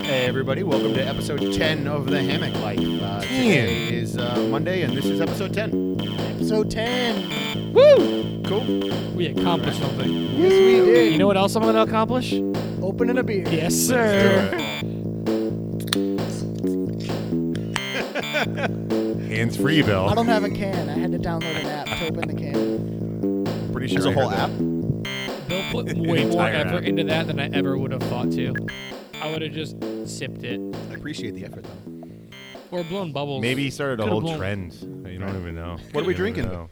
Hey everybody, welcome to episode 10 of The Hammock Life. Uh, today is uh, Monday and this is episode 10. Episode 10. Woo! Cool. We accomplished something. Yes, we did. You know what else I'm gonna accomplish? Opening a beer. Yes, sir. Hands free, I Bill. don't have a can. I had to download an app to open the can. Pretty sure There's a I heard whole that. app. Bill put way more Entire effort app. into that than I ever would have thought to. I would have just sipped it I appreciate the effort though. or blown bubbles. Maybe he started a Could've whole blown- trend. You don't even know. What are we You don't even drinking? know.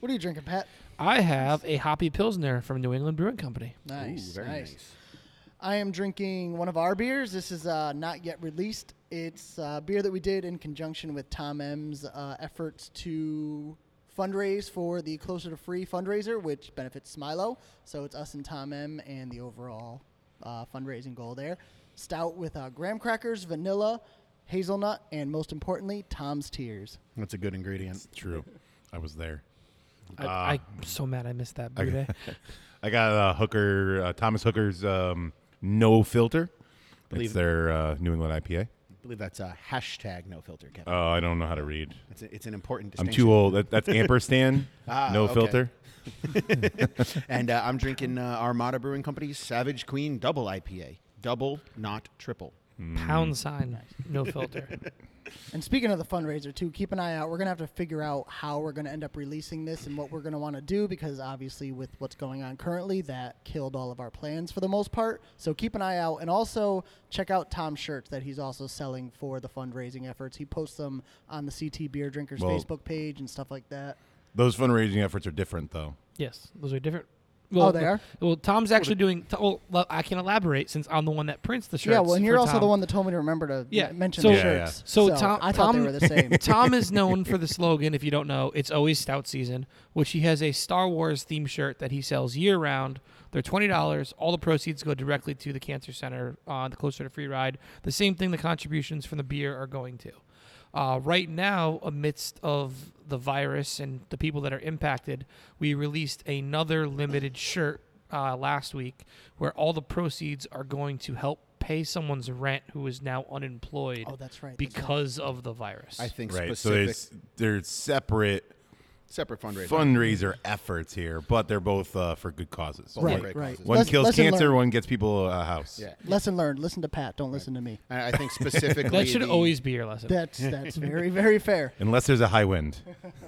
What are you drinking, Pat? I have a hoppy pilsner from New England Brewing Company. Nice, Ooh, very nice. I am drinking one of our beers. This is uh, not yet released. It's uh, a beer that we did in conjunction with Tom M's uh, efforts to fundraise for the Closer to Free fundraiser, which benefits Smilo. So it's us and Tom M and the overall uh, fundraising goal there. Stout with uh, graham crackers, vanilla, hazelnut, and most importantly, Tom's tears. That's a good ingredient. It's true. I was there. I, I'm so mad I missed that brew day. I got uh, Hooker uh, Thomas Hooker's um, No Filter. Believe- it's their uh, New England IPA. I believe that's a hashtag no filter, Kevin. Oh, I don't know how to read. it's, a, it's an important I'm distinction. too old. That, that's ampersand. Ah, no okay. filter. And uh, I'm drinking uh, Armada Brewing Company's Savage Queen Double IPA. Double, not triple. Pound sign, no filter. And speaking of the fundraiser, too, keep an eye out. We're going to have to figure out how we're going to end up releasing this and what we're going to want to do because obviously, with what's going on currently, that killed all of our plans for the most part. So keep an eye out. And also check out Tom's shirts that he's also selling for the fundraising efforts. He posts them on the CT Beer Drinkers Well- Facebook page and stuff like that. Those fundraising efforts are different, though. Yes, those are different. Oh, they are? Well, Tom's actually doing. T- well, lo- I can elaborate since I'm the one that prints the shirts. yeah, well, and you're for also Tom. the one that told me to remember to Yeah, m- mention so- the Yeah, yeah. shirts. So, Tom, I thought Tom- they were the same. Tom is known for the slogan, if you don't know, it's always stout season, which he has a Star Wars themed shirt that he sells year round. They're twenty dollars. All the proceeds go directly to the cancer center, uh, the closer to free ride. The same thing the contributions from the beer are going to. Uh, right now, amidst of the virus and the people that are impacted, we released another limited shirt uh, last week, where all the proceeds are going to help pay someone's rent who is now unemployed oh, that's right. that's right. because of the virus. I think Right. So specific, there's there's separate separate fundraiser. fundraiser efforts here, but they're both uh, for good causes. Both Right, great right. causes. One Lesson- kills lesson cancer, learned. one gets people a house. Yeah. Lesson learned. Listen to Pat. Don't listen to me. And I think specifically. that should the- always be your lesson. That's that's very very fair. Unless there's a high wind.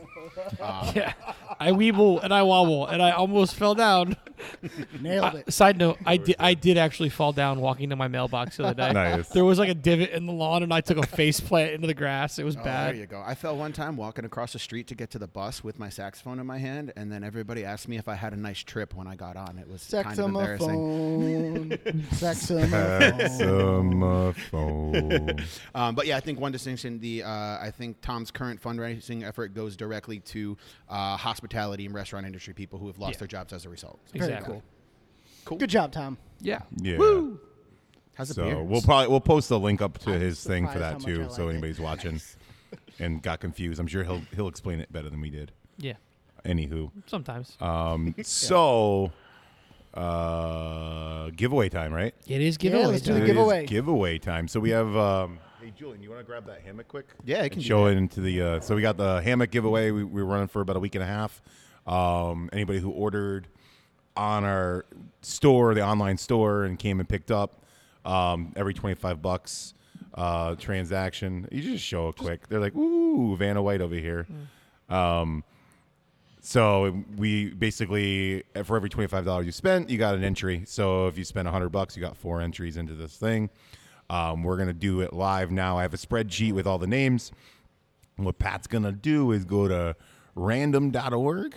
yeah. I weeble and I wobble and I almost fell down. Nailed it. Side note, I did I did actually fall down walking to my mailbox the other day. Nice. There was like a divot in the lawn and I took a face plant into the grass. It was Oh, bad. There you go. I fell one time walking across the street to get to the bus with my saxophone in my hand, and then everybody asked me if I had a nice trip when I got on. It was kind of embarrassing. Saxophone. Saxophone. Saxophone. Um, but yeah, I think one distinction: the uh, I think Tom's current fundraising effort goes directly to uh, hospitality and restaurant industry people who have lost Yeah. their jobs as a result. Exactly. cool. Good job, Tom. Yeah. Yeah. Woo. How's the So beer? we'll probably we'll post the link up to I'm his thing for that surprised how too, much I so like it. anybody's watching and got confused. I'm sure he'll he'll explain it better than we did. Yeah. Anywho, Sometimes. um, so uh, giveaway time, right? it is Yeah, giveaway. let's do time. the It is giveaway. giveaway time. So we have. Um, hey, Julian, you want to grab that hammock quick? Yeah, I And can do show it into the. Uh, so we got the hammock giveaway. We, we were running for about a week and a half. Um, anybody who ordered on our store, the online store, and came and picked up um, every twenty five bucks uh, transaction. You just show it quick. They're like, "Ooh, Vanna White over here." Mm. Um, So we basically uh, for every twenty five dollars you spent, you got an entry. So if you spent hundred bucks, you got four entries into this thing. Um, we're gonna do it live now. I have a spreadsheet with all the names. What Pat's gonna do is go to random.org,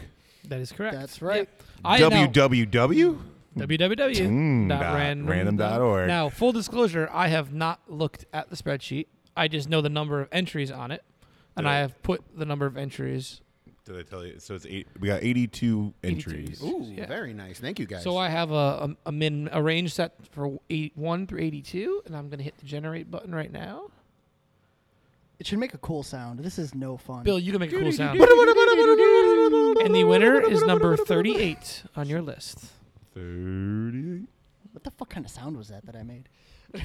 That is correct. That's right. Yeah. I now- www. dot www.random.org. random.org. Now, full disclosure, I have not looked at the spreadsheet. I just know the number of entries on it, and I Yeah. have put the number of entries. Did I tell you? So it's eight. We got eighty two 82. entries. Ooh, Yeah. very nice. Thank you guys. So I have a, a, a min a range set for eight, 1 through 82, and I'm going to hit the generate button right now. It should make a cool sound. This is no fun. Bill, you can make a cool sound. And the winner is number 38 on your list. Thirty. what the fuck kind of sound was that that I made?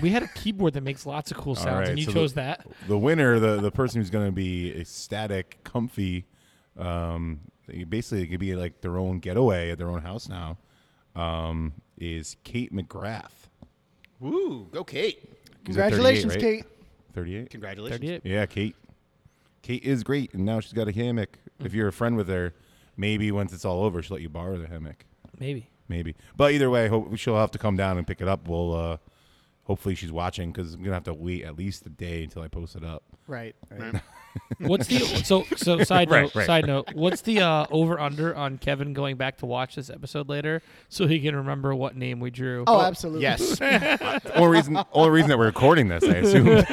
We had a keyboard that makes lots of cool sounds, right, and you so the- chose that. The winner, the the person who's going to be ecstatic, comfy. Um, they basically, it could be like their own getaway at their own house now. Um, is Kate McGrath? Woo, go Kate. She's at 38, Congratulations, right? Kate. 38. Congratulations. 38. Yeah, Kate. Kate is great, and now she's got a hammock. If you're a friend with her, maybe once it's all over, she'll let you borrow the hammock. Maybe. Maybe, but either way, hope she'll have to come down and pick it up. We'll uh, hopefully she's watching because I'm gonna have to wait at least a day until I post it up. Right. What's the so so side Right, note? right. Side note. What's the uh, over under on Kevin going back to watch this episode later so he can remember what name we drew? Oh, absolutely. Yes. The only reason, only reason that we're recording this, I assume.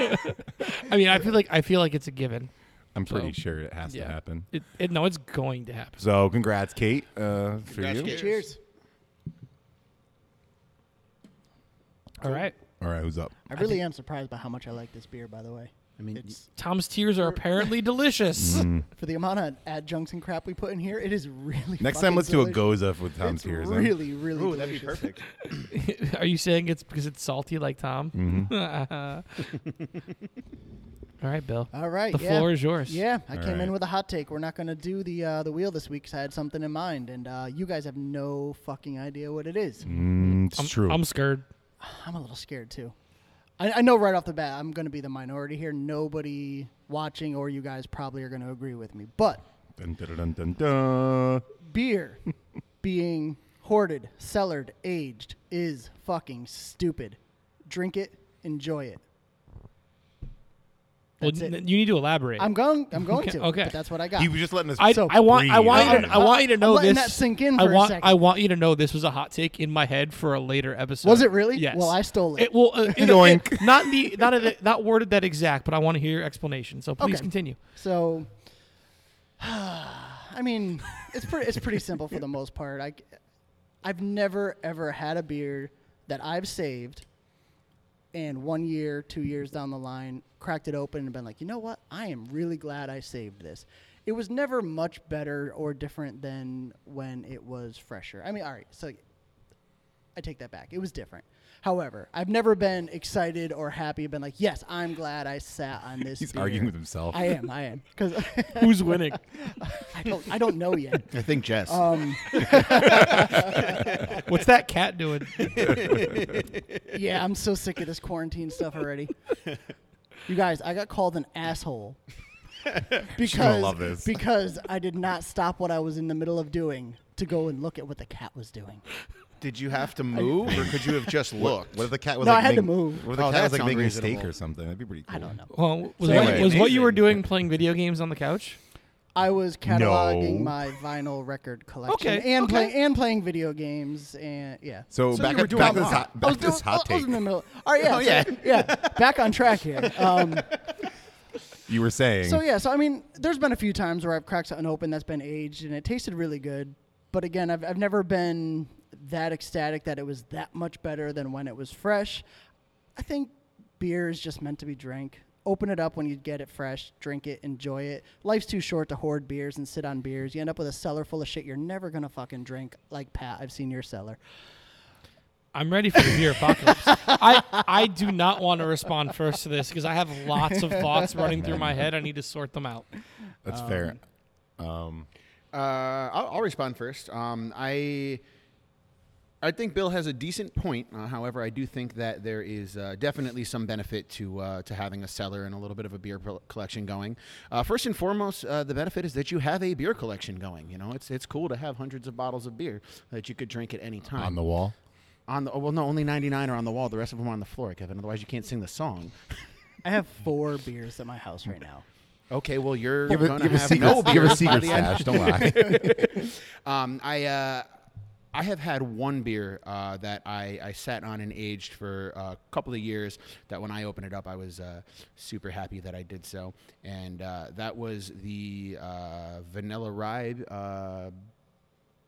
I mean, I feel like I feel like it's a given. I'm pretty So, sure it has yeah. to happen. It, it, no, it's going to happen. So, congrats, Kate, uh, for Congrats, you. Kate. Cheers. All right. All right, who's up? I really am surprised by how much I like this beer, by the way. I mean, It's Tom's tears are apparently delicious. for the amount of adjuncts and crap we put in here, it is really Next time, fucking let's delicious. do a goza with eh? Tom's It's tears. on. Really, really ooh, delicious. that'd be perfect. Are you saying it's because it's salty like Tom? Mm-hmm. All right, Bill. All right. The yeah. floor is yours. Yeah, I All came right. in with a hot take. We're not going to do the uh, the wheel this week 'cause I had something in mind, and uh, you guys have no fucking idea what it is. Hmm. Mm, it's I'm, true. I'm scared. I'm a little scared too. I, I know right off the bat I'm going to be the minority here. Nobody watching or you guys probably are going to agree with me, but Dun, dun, dun, dun, dun. beer being hoarded, cellared, aged is fucking stupid. Drink it, enjoy it. Well, That's it. n- you need to elaborate. I'm going. I'm going Okay, to. okay. But that's what I got. He was just letting us. I, So- I want I Breathe. want you to, I I'm- want you to I'm know letting this. that sink in I for a want second. I want you to know this was a hot take in my head for a later episode. Was it really? Yes. Well, I stole it. well, uh, it- Yoink. it- not the not a, not worded that exact, but I want to hear your explanation. So please Okay. continue. So, I mean, it's pretty it's pretty simple for the most part. I, have never ever had a beer that I've saved, and one year, two years down the line, cracked it open and been like, you know what? I am really glad I saved this. It was never much better or different than when it was fresher. I mean, all right, so I take that back. It was different. However, I've never been excited or happy, been like, yes, I'm glad I sat on this. He's beer." arguing with himself. I am. I am because Who's winning? I don't. I don't know yet. I think Jess. Uh, Um, What's that cat doing? yeah, I'm so sick of this quarantine stuff already. You guys, I got called an asshole because love this. because I did not stop what I was in the middle of doing to go and look at what the cat was doing. Did you have to move, or could you have just looked? What if the cat was No, like I had to making- move. What if the Oh, cat was that like making sounds a steak reasonable. or something? That'd be pretty cool. I don't know. Well, was, Sounds what, was what you were amazing. doing playing video games on the couch? I was cataloging No. my vinyl record collection Okay, and okay. playing and playing video games and yeah. So, So back, you were up, doing back a to this lot. hot, I back was to this doing- hot I was take. in the middle. All right, yeah, Oh, yeah, yeah. yeah. Back on track here. Um, You were saying. So yeah, so I mean, there's been a few times where I've cracked something open that's been aged and it tasted really good, but again, I've I've never been that ecstatic that it was that much better than when it was fresh. I think beer is just meant to be drank. Open it up when you get it fresh, drink it, enjoy it. Life's too short to hoard beers and sit on beers. You end up with a cellar full of shit you're never gonna fucking drink. Like Pat, I've seen your cellar. I'm ready for the beer apocalypse. I, I do not want to respond first to this because I have lots of thoughts running through my head. I need to sort them out. That's um, fair. Uh, I'll, I'll respond first. Um, I I think Bill has a decent point. Uh, however, I do think that there is uh, definitely some benefit to uh, to having a cellar and a little bit of a beer pro- collection going. Uh, first and foremost, uh, the benefit is that you have a beer collection going. You know, it's it's cool to have hundreds of bottles of beer that you could drink at any time. On the wall. on the oh, well, no, only ninety nine are on the wall. The rest of them are on the floor, Kevin. Otherwise, you can't sing the song. I have four beers at my house right now. Okay, well, you're Give gonna a, give a have no secret, beer give a by secret the end stash. Don't lie. Um, I uh, I have had one beer uh, that I, I sat on and aged for a couple of years. That when I opened it up, I was uh, super happy that I did so, and uh, that was the uh, Vanilla Rye uh,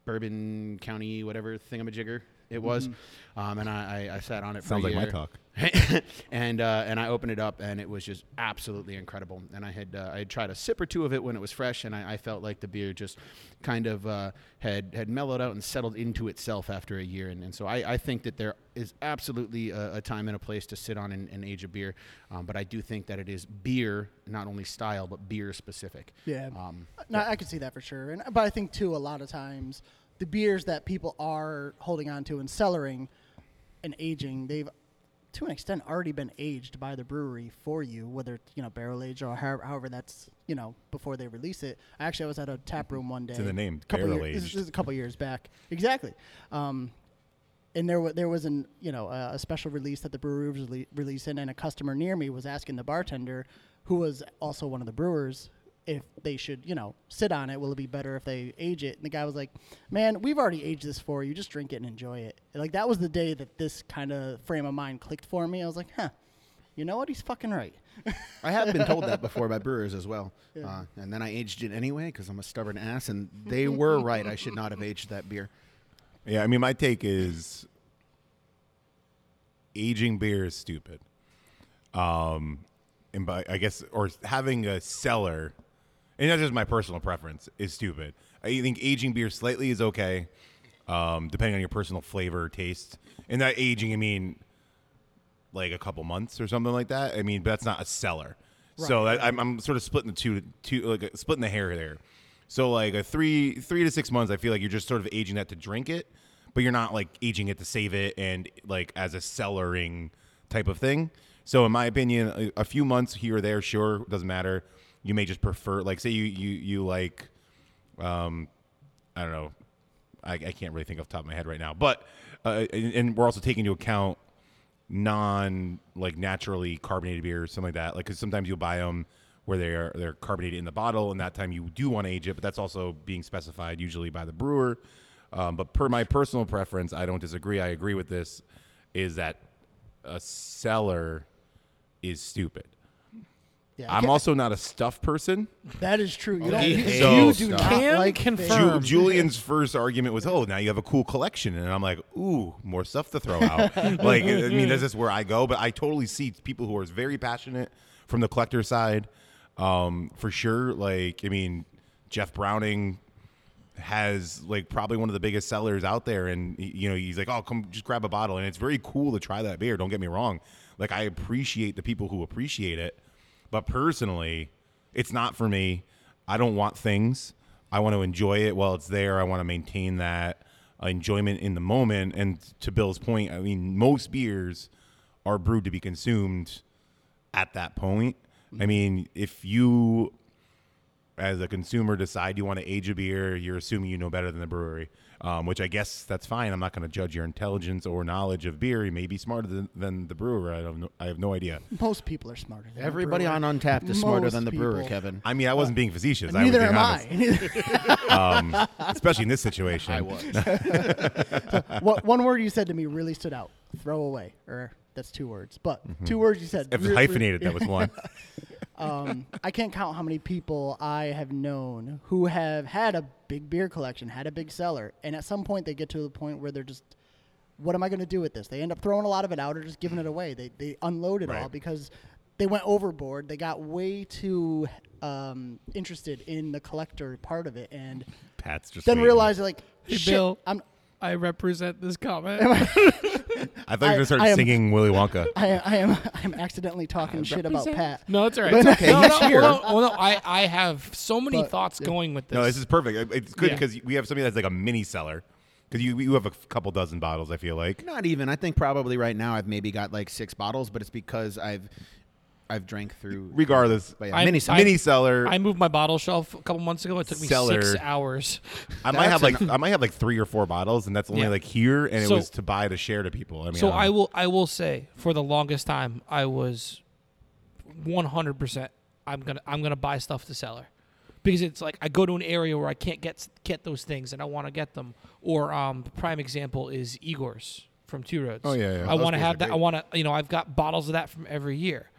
Bourbon County whatever thingamajigger. It was, um, and I, I, I sat on it. Sounds for a like my year. talk. and uh, and I opened it up, and it was just absolutely incredible. And I had uh, I had tried a sip or two of it when it was fresh, and I, I felt like the beer just kind of uh, had had mellowed out and settled into itself after a year. And, and so I, I think that there is absolutely a, a time and a place to sit on and, and age a beer, um, but I do think that it is beer, not only style, but beer specific. Yeah. Um, No, I could see that for sure. And but I think too, a lot of times the beers that people are holding on to and cellaring and aging, they've to an extent already been aged by the brewery for you, whether it's, you know barrel aged or however, however that's you know before they release it. Actually, I was at a tap room one day. in the name, couple barrel years- This aged. is a couple years back, exactly. Um, and there, wa- there was an you know a, a special release that the brewery was rele- releasing, and a customer near me was asking the bartender, who was also one of the brewers, if they should you know sit on it. Will it be better if they age it? And the guy was like, "Man, we've already aged this for you. Just drink it and enjoy it." Like that was the day that this kind of frame of mind clicked for me. I was like, "Huh, you know what? He's fucking right." I have been told that before by brewers as well. Uh, and then I aged it anyway because I'm a stubborn ass, and they were right. I should not have aged that beer. Yeah, I mean, my take is aging beer is stupid. Um, and by I guess, or having a cellar, and that's just my personal preference, is stupid. I think aging beer slightly is okay, um, depending on your personal flavor taste. And that aging, I mean, like a couple months or something like that. I mean, but that's not a seller. So that, I'm, I'm sort of splitting the two, two like uh, splitting the hair there. So like a three, three to six months, I feel like you're just sort of aging that to drink it, but you're not like aging it to save it and like as a cellaring type of thing. So in my opinion, a, a few months here or there, sure, doesn't matter. You may just prefer, like, say you you you like um, I don't know. I, I can't really think off the top of my head right now. But uh, and, and we're also taking into account non like naturally carbonated beers, something like that. Like because sometimes you'll buy them where they are they're carbonated in the bottle, and that time you do want to age it, but that's also being specified usually by the brewer. Um, but per my personal preference, I don't disagree. I agree with this. Is that a seller is stupid. Yeah, I'm also not a stuff person. that is true. You, don't, he you, hates you do stuff. not Can like confirm. things. Ju- Firm. Julian's first argument was, "Oh, now you have a cool collection," and I'm like, "Ooh, more stuff to throw out." like, I mean, this is where I go, but I totally see people who are very passionate from the collector side, um, for sure. Like, I mean, Jeff Browning has like probably one of the biggest sellers out there, and y- you know, he's like, "Oh, come just grab a bottle," and it's very cool to try that beer. Don't get me wrong; like, I appreciate the people who appreciate it, but personally, it's not for me. I don't want things. I want to enjoy it while it's there. I want to maintain that enjoyment in the moment. And to Bill's point, I mean, most beers are brewed to be consumed at that point. I mean, if you as a consumer decide you want to age a beer, you're assuming you know better than the brewery, um, which I guess that's fine. I'm not going to judge your intelligence or knowledge of beer. You may be smarter than, than the brewer. I, don't know, I have no idea. Most people are smarter. Than a Everybody brewer. on Untapped is smarter Most than the brewer, people. Kevin. I mean, I wasn't being facetious. I was Neither being am honest, I. especially in this situation. I was. what one word you said to me really stood out. Throw away, or that's two words, but Mm-hmm. two words you said. If re- it's re- hyphenated, that was one. Um, I can't count how many people I have known who have had a big beer collection, had a big cellar, and at some point they get to the point where they're just, what am I going to do with this? They end up throwing a lot of it out or just giving it away. They they unload it all Right. because they went overboard. They got way too um, interested in the collector part of it, and Pat's just then waiting. realized like, Hey, shit, Bill. I'm I represent this comment. I thought you were I- going to start I am- singing Willy Wonka. I am, I am, I am accidentally talking shit about Pat. No, it's all right. It's okay. No, he's no, here. Well, no, well, no, I, I have so many thoughts going with this. No, this is perfect. It's good Yeah. because we have something that's like a mini seller. Because you, you have a couple dozen bottles, I feel like. Not even. I think probably right now I've maybe got like six bottles, but it's because I've I've drank through. Regardless, But yeah, I- mini I- seller. mini seller. I i moved my bottle shelf a couple months ago. It took me Seller. six hours. might have that's like I might have like three or four bottles, and that's only Yeah. like here, and So- it was to buy to share to people. I mean, So um, I will I will say for the longest time I was 100% I'm going to I'm going to buy stuff to seller. Because it's like I go to an area where I can't get get those things and I want to get them. Or um the prime example is Igor's from Two Roads. Oh, yeah, yeah. I Those want to beers are have that I great. want to you know I've got bottles of that from every year.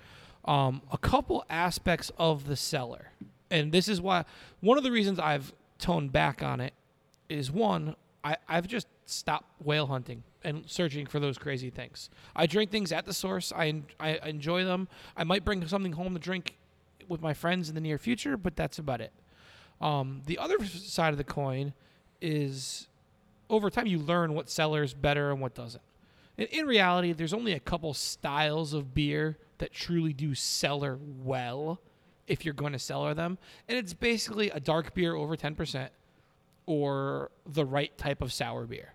Um a couple aspects of the seller. And this is why one of the reasons I've toned back on it is one I I've just stop whale hunting and searching for those crazy things. I drink things at the source. I en- I enjoy them. I might bring something home to drink with my friends in the near future, but that's about it. Um, the other side of the coin is over time you learn what sellers better and what doesn't. In, in reality, there's only a couple styles of beer that truly do cellar well if you're going to cellar them, and it's basically a dark beer over 10% or the right type of sour beer.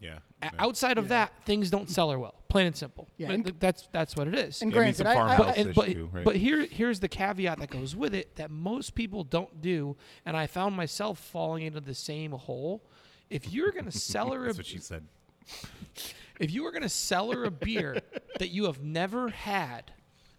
Yeah. A- Outside of that, things don't cellar well, plain and simple. Yeah, But and- th- that's that's what it is And Yeah, it needs granted, a I, I, farmhouse. I- That's but, true, right. but here here's the caveat that goes with it that most people don't do and i found myself falling into the same hole if you're going to sell her a, That's what she said. if you are going to sell her a beer that you have never had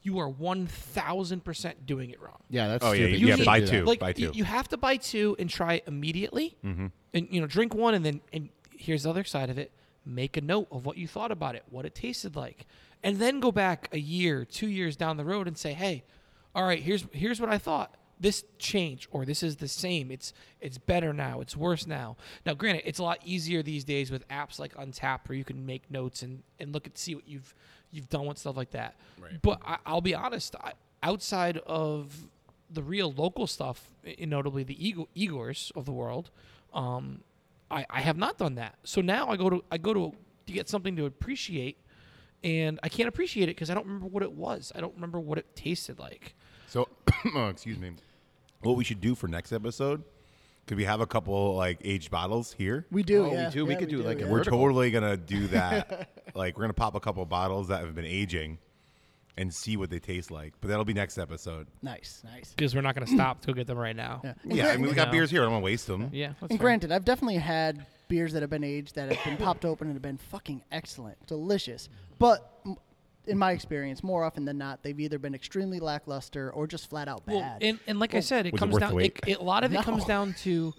you are 1000% doing it wrong Yeah, that's Oh, yeah, stupid. you You have shouldn't buy do that. two. like buy y- two. Mm-hmm. you have to buy two and try it immediately and you know drink one and then and here's the other side of it make a note of what you thought about it what it tasted like and then go back a year two years down the road and say hey all right here's here's what i thought this changed or this is the same it's it's better now it's worse now now granted it's a lot easier these days with apps like untap where you can make notes and and look at see what you've you've done with stuff like that right. but I, i'll be honest I, outside of the real local stuff, i- notably the Igor, Igors of the world, um, I, I have not done that. So now I go to I go to to get something to appreciate, and I can't appreciate it because I don't remember what it was. I don't remember what it tasted like. So, oh, excuse me. What we should do for next episode? Could we have a couple like aged bottles here? we do. Oh, we yeah, do. We yeah, could do, like, a yeah. We're vertical. totally gonna do that. like we're gonna pop a couple bottles that have been aging, and see what they taste like. But that'll be next episode. nice, nice. Because we're not going to stop to go get them right now. Yeah, and, Yeah, gra- I mean we got No. beers here. I don't want to waste them. yeah that's and fair. granted, I've definitely had beers that have been aged that have been popped open and have been fucking excellent, delicious. But m- in my experience, more often than not, they've either been extremely lackluster or just flat out bad. Well, and, and like I said, it Was it comes worth the down. wait? It, it- a lot of it comes No. down to,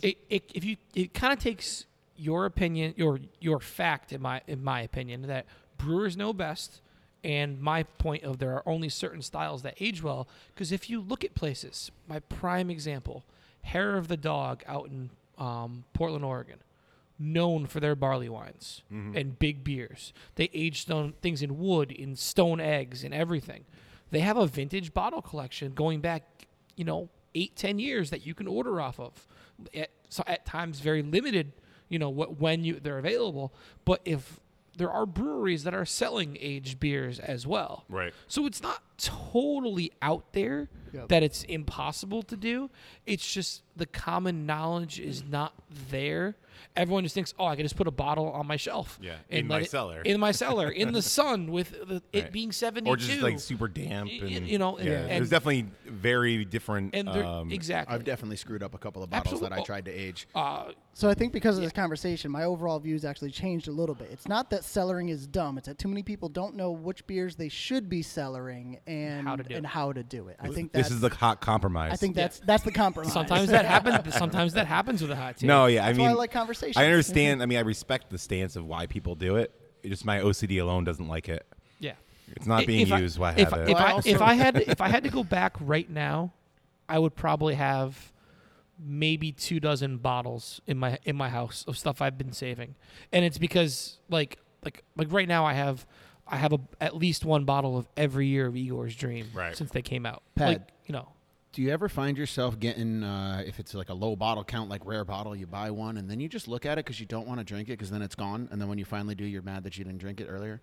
it, it, if you, it kind of takes your opinion, your your fact in my in my opinion that brewers know best, and my point of there are only certain styles that age well. Because if you look at places, my prime example, Hair of the Dog out in um, Portland, Oregon known for their barley wines and big beers. They aged stone things in wood, in stone eggs, and everything. They have a vintage bottle collection going back, you know, eight, ten years that you can order off of. At, so at times, very limited, you know, what when you they're available. But if there are breweries that are selling aged beers as well, Right. So it's not totally out there Yep. that it's impossible to do. It's just the common knowledge is not there. Everyone just thinks, "Oh, I can just put a bottle on my shelf." Yeah, and in my let it- cellar. In my cellar, in the sun, with the, it Right. being seventy-two, Or just like super damp. Y- And, you know, and- yeah. and- there's definitely very different. and they're- um, exactly. I've definitely screwed up a couple of bottles that I Absolute- tried to age. uh, So I think because of this conversation, my overall views actually changed a little bit. It's not that cellaring is dumb; it's that too many people don't know which beers they should be cellaring and How to do and it. how to do it. I think that's this is the hot compromise. I think that's that's the compromise. sometimes that happens. Sometimes that happens with a hot take. No, yeah, That's I why mean, I like conversations. I understand. I mean, I respect the stance of why people do it. It just my OCD alone doesn't like it. yeah, It's not I- being if I- used. why if, have it? If Well, I I, also- if I had if I had to go back right now, I would probably have maybe two dozen bottles in my in my house of stuff I've been saving, and it's because like like like right now I have I have a, at least one bottle of every year of Igor's Dream Right. since they came out. Pat. Like you know, Do you ever find yourself getting, uh, if it's like a low bottle count, like rare bottle, you buy one and then you just look at it because you don't want to drink it because then it's gone. And then when you finally do, you're mad that you didn't drink it earlier.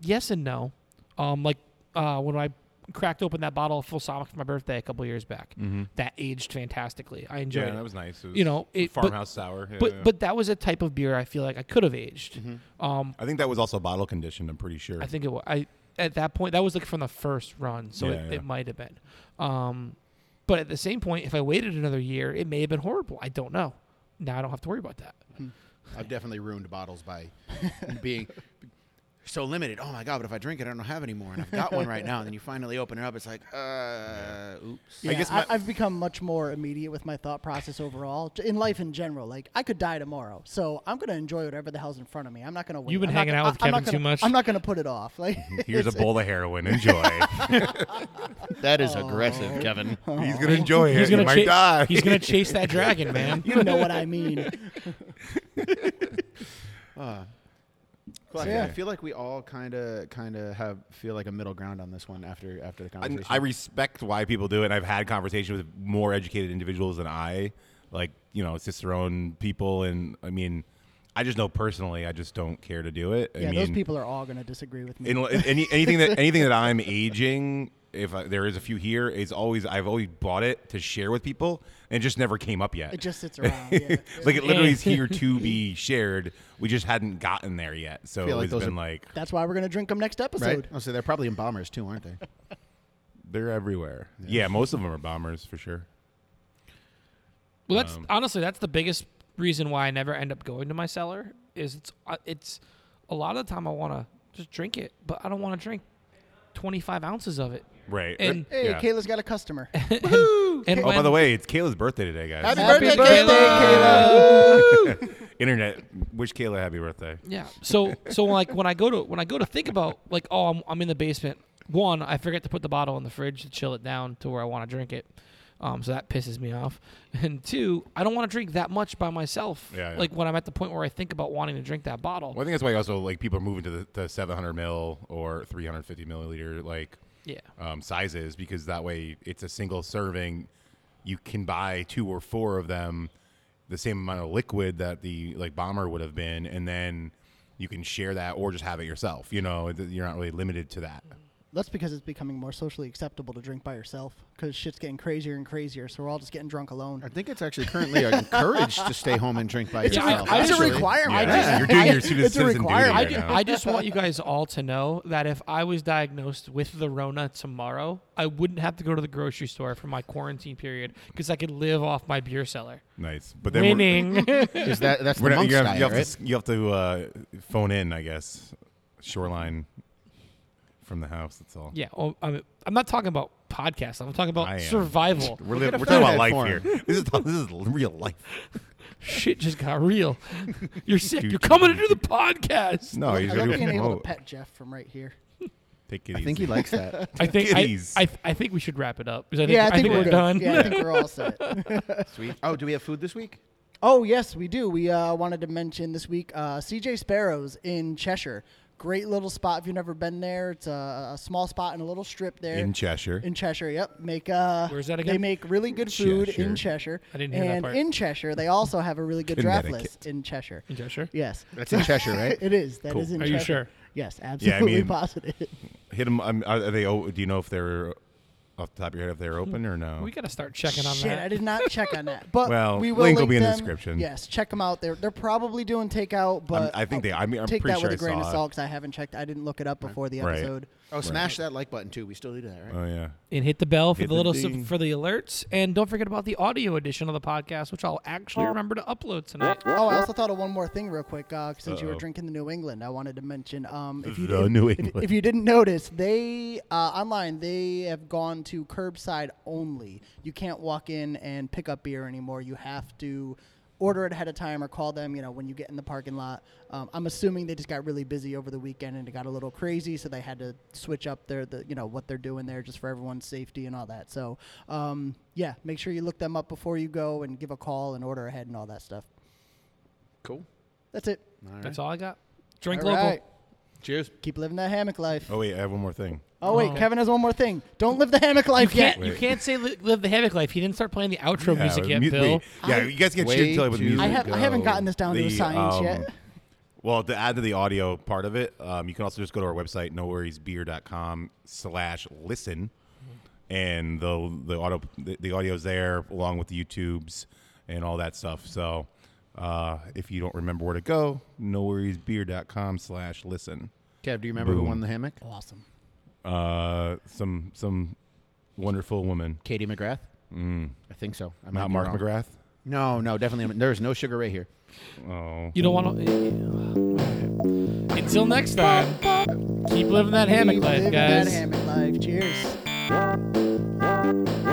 yes and no. Um, like uh, when I cracked open that bottle of Fulsamic for my birthday a couple years back, that aged fantastically. I enjoyed Mm-hmm. yeah, it. that was nice. It was You know, it- but- farmhouse sour. yeah, yeah. but but that was a type of beer I feel like I could have aged. Um, I think that was also bottle conditioned. I'm pretty sure. I think it was. I at that point that was like from the first run, so Yeah, it, yeah. it might have been. Um, but at the same point, if I waited another year, it may have been horrible. I don't know. Now I don't have to worry about that. I've definitely ruined bottles by being so limited. Oh my God, but if I drink it, I don't have any more. And I've got one right now. And then you finally open it up. It's like, uh, oops. Yeah, I guess my- have become much more immediate with my thought process overall j- in life in general. Like I could die tomorrow, so I'm gonna enjoy whatever the hell's in front of me. I'm not gonna wait. You've been I'm not hanging gonna- out with I- I'm not Kevin too gonna- much. I'm not gonna put it off. Like Here's a it's- bowl of heroin. Enjoy. That is aggressive, Kevin. he's gonna enjoy it. He's gonna he might cha- die. He's gonna chase that dragon, man. You know what I mean? Cool. I, So, feel- I yeah. feel like we all kind of kind of have feel like a middle ground on this one after after the I, conversation. I respect why people do it. and I've had conversations with more educated individuals than I, like you know Cicerone people, and I mean, I just know personally, I just don't care to do it. I Yeah, those mean, people are all going to disagree with me. in, in- any, anything that anything that I'm aging, if I, there is a few here, is always I've always bought it to share with people, and it just never came up yet. it just sits around. Yeah. like it literally is here to be shared. We just hadn't gotten there yet, so Feel like it's those been are- like That's why we're going to drink them next right. episode. Oh, so they're probably in bombers too, aren't they? they're everywhere. yeah most of them are bombers for sure. Well, that's Um, honestly that's the biggest reason why I never end up going to my cellar is it's uh, it's a lot of the time I want to just drink it, but I don't want to drink 25 ounces of it. Right. And- Hey, Yeah. Kayla's got a customer. And Oh, by the way, it's Kayla's birthday today, guys. Happy birthday, Internet, wish Kayla happy birthday. yeah. So so like when I go to when I go to think about like oh I'm I'm in the basement. One, I forget to put the bottle in the fridge to chill it down to where I want to drink it. Um, so that pisses me off. And two, I don't want to drink that much by myself. Yeah, yeah. Like when I'm at the point where I think about wanting to drink that bottle. Well, I think that's why also like people are moving to the, the 700 mil or 350 milliliter like Yeah. um, sizes because that way it's a single serving. You can buy two or four of them, the same amount of liquid that the like bomber would have been, and then you can share that or just have it yourself. You know, th- you're not really limited to that. That's because it's becoming more socially acceptable to drink by yourself because shit's getting crazier and crazier. So we're all just getting drunk alone. I think it's actually currently encouraged to stay home and drink by Yeah, I- yourself. I- it's a actually. requirement. Yeah, you're doing your citizen, it's a citizen duty. requirement. right I, ju- now. I just want you guys all to know that if I was diagnosed with the Rona tomorrow, I wouldn't have to go to the grocery store for my quarantine period because I could live off my beer cellar. Nice, but then we're- Winning. Is that that's We're the not, monk's you, have, diet, you have to, right? s- you have to uh, phone in, I guess. Shoreline from the house. That's all. yeah. Oh, I'm, I'm not talking about podcasts. I'm talking I about am. survival. We're, get li- a we're talking about Fahrenheit life for here. 'em. This is this is real life. Shit just got real. You're sick. You're coming to do the podcast. No, I he's love Oh, gonna being able to remote. pet Jeff from right here. Take it I easy. think he likes that. I think I, Kitties. I, I think we should wrap it up 'cause I think, yeah, I think, we're, good. done. Yeah, I think we're all set. Sweet. Oh, do we have food this week? Oh yes, we do. We uh, wanted to mention this week uh, CJ Sparrows in Cheshire. Great little spot if you've never been there. It's a, a small spot and a little strip there in Cheshire. In Cheshire, yep. Make uh, Where's that again? They make really good food in Cheshire. I didn't hear that and part. in Cheshire, they also have a really good draft Connecticut. list in Cheshire. Yeah, sure. Yes, That's in Cheshire, right? it is. That is Cool. in. Are Cheshire. you sure? Yes, absolutely mean- positive. Hit him. Um, are they? o- Do you know if they're off the top of your head if they're open or no? We got to start checking on Shit, that. I did not check on that. But Well, we will link will be in the them. description. Yes, check them out. They're they're probably doing takeout, I'm- but I think they. I mean, I'm take pretty that sure with a I grain of saw it. salt because I haven't checked. I didn't look it up before the Right. episode. Oh, smash that like button too. We still do that, right? Oh yeah. and hit the bell for Hit the the little ding. for the alerts and don't forget about the audio edition of the podcast which i'll actually remember to upload tonight Oh, I also thought of one more thing real quick. Uh, since you were Uh-oh. drinking the New England, I wanted to mention um, if you The if, New if- England. if you didn't notice, they uh, online they have gone to curbside only. You can't walk in and pick up beer anymore. You have to order it ahead of time or call them. You know when you get in the parking lot. Um, I'm assuming they just got really busy over the weekend and it got a little crazy, so they had to switch up their the you know what they're doing there just for everyone's safety and all that. So um, yeah, make sure you look them up before you go and give a call and order ahead and all that stuff. Cool. That's it. that's all i got drink All local right. Cheers. Keep living that hammock life. Oh, Oh wait, I have one more thing. wait, Oh. Kevin has one more thing. Don't live the hammock you life yet. can't you Wait. can't say li- live the havoc life he didn't start playing the outro music yet mu- bill wait. yeah, you guys get Way shit till with too music. I have- I haven't go. gotten this down to a science yet. um, Well, to add to the audio part of it, um, you can also just go to our website, noworriesbeer.com slash listen, and the the audio the, the audio's there along with the YouTubes and all that stuff. So uh, if you don't remember where to go, noworriesbeer.com slash listen. Kev, do you remember who Boom. won the hammock? Awesome. Uh, some some wonderful woman, Katie McGrath. I think so. I might Mm. not be Mark wrong. McGrath. No, no, definitely. There's no Sugar Ray here. Oh, you don't want to until next time keep living that hammock Keep life living guys that hammock life. Cheers.